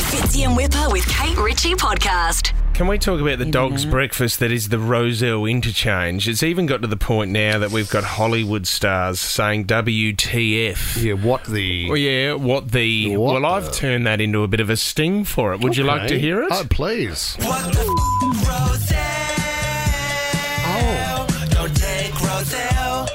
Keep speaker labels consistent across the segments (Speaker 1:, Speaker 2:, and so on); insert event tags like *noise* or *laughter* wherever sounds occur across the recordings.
Speaker 1: Fitzy and Whipper with Kate Ritchie podcast.
Speaker 2: Can we talk about the dog's
Speaker 3: know.
Speaker 2: breakfast that is the Roselle interchange? It's even got to the point now that we've got Hollywood stars saying WTF.
Speaker 4: Yeah, what the?
Speaker 2: Well, yeah, what the?
Speaker 4: What
Speaker 2: well, I've
Speaker 4: the-
Speaker 2: turned that into a bit of a sting for it. Would you like to
Speaker 4: Okay.
Speaker 2: hear it?
Speaker 4: Oh, please.
Speaker 5: What the f-
Speaker 4: Oh,
Speaker 5: Roselle? Don't take Roselle.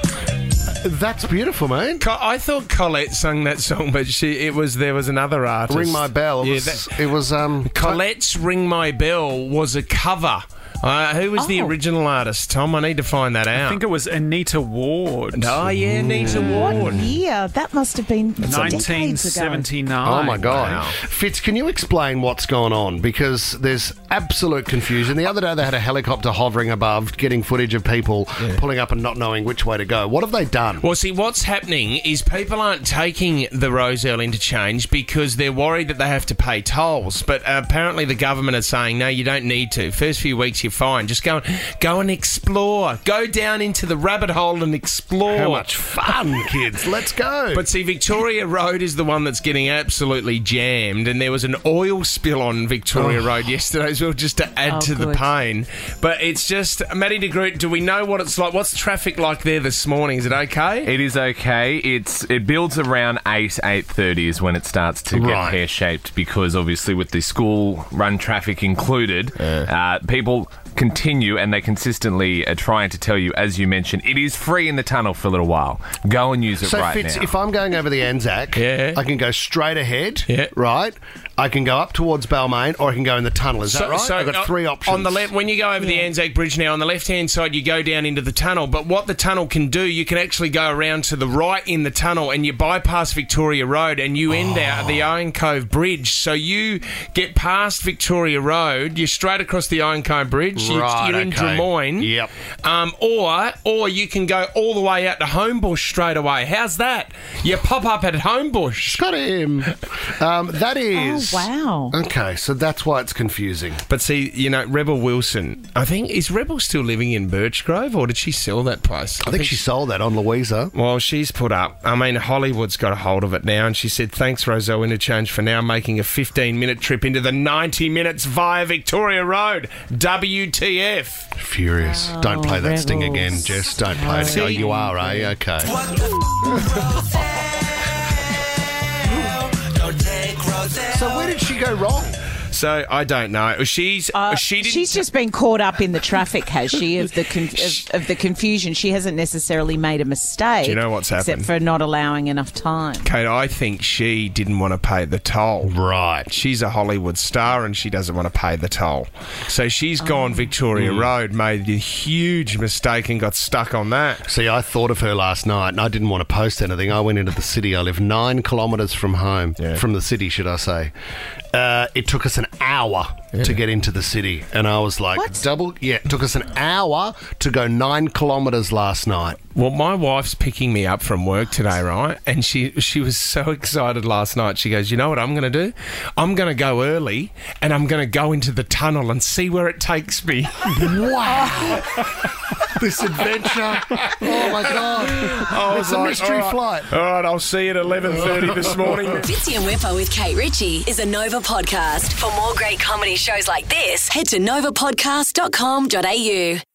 Speaker 4: That's beautiful, man.
Speaker 2: Co- I thought Colette sung that song, but she, it was there was another artist.
Speaker 4: Ring my bell. It
Speaker 2: Yeah,
Speaker 4: was.
Speaker 2: that-
Speaker 4: it
Speaker 2: *laughs*
Speaker 4: was um.
Speaker 2: Colette's "Ring My Bell" was a cover. Uh, who was the
Speaker 3: Oh.
Speaker 2: original artist? Tom, I need to find that out.
Speaker 6: I think it was Anita Ward.
Speaker 2: oh yeah, Nita Ward.
Speaker 7: Yeah, that must have been decades ago.
Speaker 6: 1979.
Speaker 4: Oh my god,
Speaker 2: Wow.
Speaker 4: Fitz! Can you explain what's gone on? Because there's absolute confusion. The other day they had a helicopter hovering above, getting footage of people pulling up and not knowing which way to go. What have they done?
Speaker 2: Well, see, what's happening is people aren't taking the Roselle interchange because they're worried that they have to pay tolls. But uh, apparently, the government are saying no, you don't need to. First few weeks, you're fine. Just go, and, go and explore. Go down into the rabbit hole and explore.
Speaker 4: How much fun, kids! Let's go.
Speaker 2: *laughs* But see, Victoria Road is the one that's getting absolutely jammed, and there was an oil spill on Victoria Road yesterday as well, just to add
Speaker 3: Oh,
Speaker 2: to the
Speaker 3: good.
Speaker 2: pain. But it's just, Maddie de Groot, do we know what it's like? What's traffic like there this morning? Is it okay?
Speaker 8: It is okay. It's it builds around eight eight thirty is when it starts to
Speaker 4: Right.
Speaker 8: get pear shaped because obviously with the school run traffic included, uh, people continue and they consistently are trying to tell you, as you mentioned, it is free in the tunnel for a little while. Go and use it
Speaker 4: So
Speaker 8: right
Speaker 4: Fitz,
Speaker 8: now.
Speaker 4: if I'm going over the Anzac,
Speaker 2: Yeah.
Speaker 4: I can go straight ahead,
Speaker 2: Yeah.
Speaker 4: right? I can go up towards Balmain, or I can go in the tunnel. Is that right? I've got
Speaker 2: uh,
Speaker 4: three options
Speaker 2: On the left, when you go over the Anzac Bridge now, on the left-hand side, you go down into the tunnel. But what the tunnel can do, you can actually go around to the right in the tunnel, and you bypass Victoria Road, and you
Speaker 4: Oh.
Speaker 2: end out at the Iron Cove Bridge. So you get past Victoria Road, you're straight across the Iron Cove Bridge. you-
Speaker 4: Right,
Speaker 2: you're in
Speaker 4: okay.
Speaker 2: Drummoyne.
Speaker 4: Yep.
Speaker 2: Um, or or you can go all the way out to Homebush straight away. How's that? You pop up at Homebush.
Speaker 4: Got him. Um, that is.
Speaker 7: Oh, wow.
Speaker 4: Okay, so that's why it's confusing.
Speaker 2: But see, you know, Rebel Wilson, I think, is Rebel still living in Birchgrove or did she sell that place?
Speaker 4: I think she sold that on Louisa.
Speaker 2: Well, she's put up. I mean, Hollywood's got a hold of it now, and she said, Thanks, Roselle Interchange, for now making a 15 minute trip into the 90 minutes via Victoria Road. WTF.
Speaker 4: Furious. Don't play that sting
Speaker 7: Oh, Rebels.
Speaker 4: again, Jess. Don't play it.
Speaker 2: See-
Speaker 4: Oh, you are, eh? Okay.
Speaker 5: What the f- Roselle? Don't take Roselle.
Speaker 4: So where did she go wrong?
Speaker 2: So I don't know. She's.
Speaker 7: Uh,
Speaker 2: she didn't.
Speaker 7: she's just been caught up in the traffic, has she? Of the con- of, of the confusion, she hasn't necessarily made a mistake.
Speaker 2: Do you know what's happened?
Speaker 7: Except for not allowing enough time.
Speaker 2: Kate, I think she didn't want to pay the toll.
Speaker 4: Right.
Speaker 2: She's a Hollywood star and she doesn't want to pay the toll. So she's gone Victoria Road, made a huge mistake and got stuck on that.
Speaker 4: See, I thought of her last night and I didn't want to post anything. I went into the city. I live nine kilometres from home, from the city, should I say. Uh, it took us an hour to get into the city. And I was like,
Speaker 7: What?
Speaker 4: double. Yeah, it took us an hour to go nine kilometres last night.
Speaker 2: Well, my wife's picking me up from work today, right? And she she was so excited last night. She goes, "You know what I'm going to do? I'm going to go early and I'm going to go into the tunnel and see where it takes me." *laughs*
Speaker 4: Wow. this adventure. Oh, my God.
Speaker 2: I was
Speaker 4: It's a
Speaker 2: like,
Speaker 4: mystery
Speaker 2: "All right,
Speaker 4: flight.
Speaker 2: All right, I'll see you at 11:30 this morning.
Speaker 1: Fitzy and Whipper with Kate Ritchie is a Nova podcast. For more great comedy shows like this, head to novapodcast.com.au.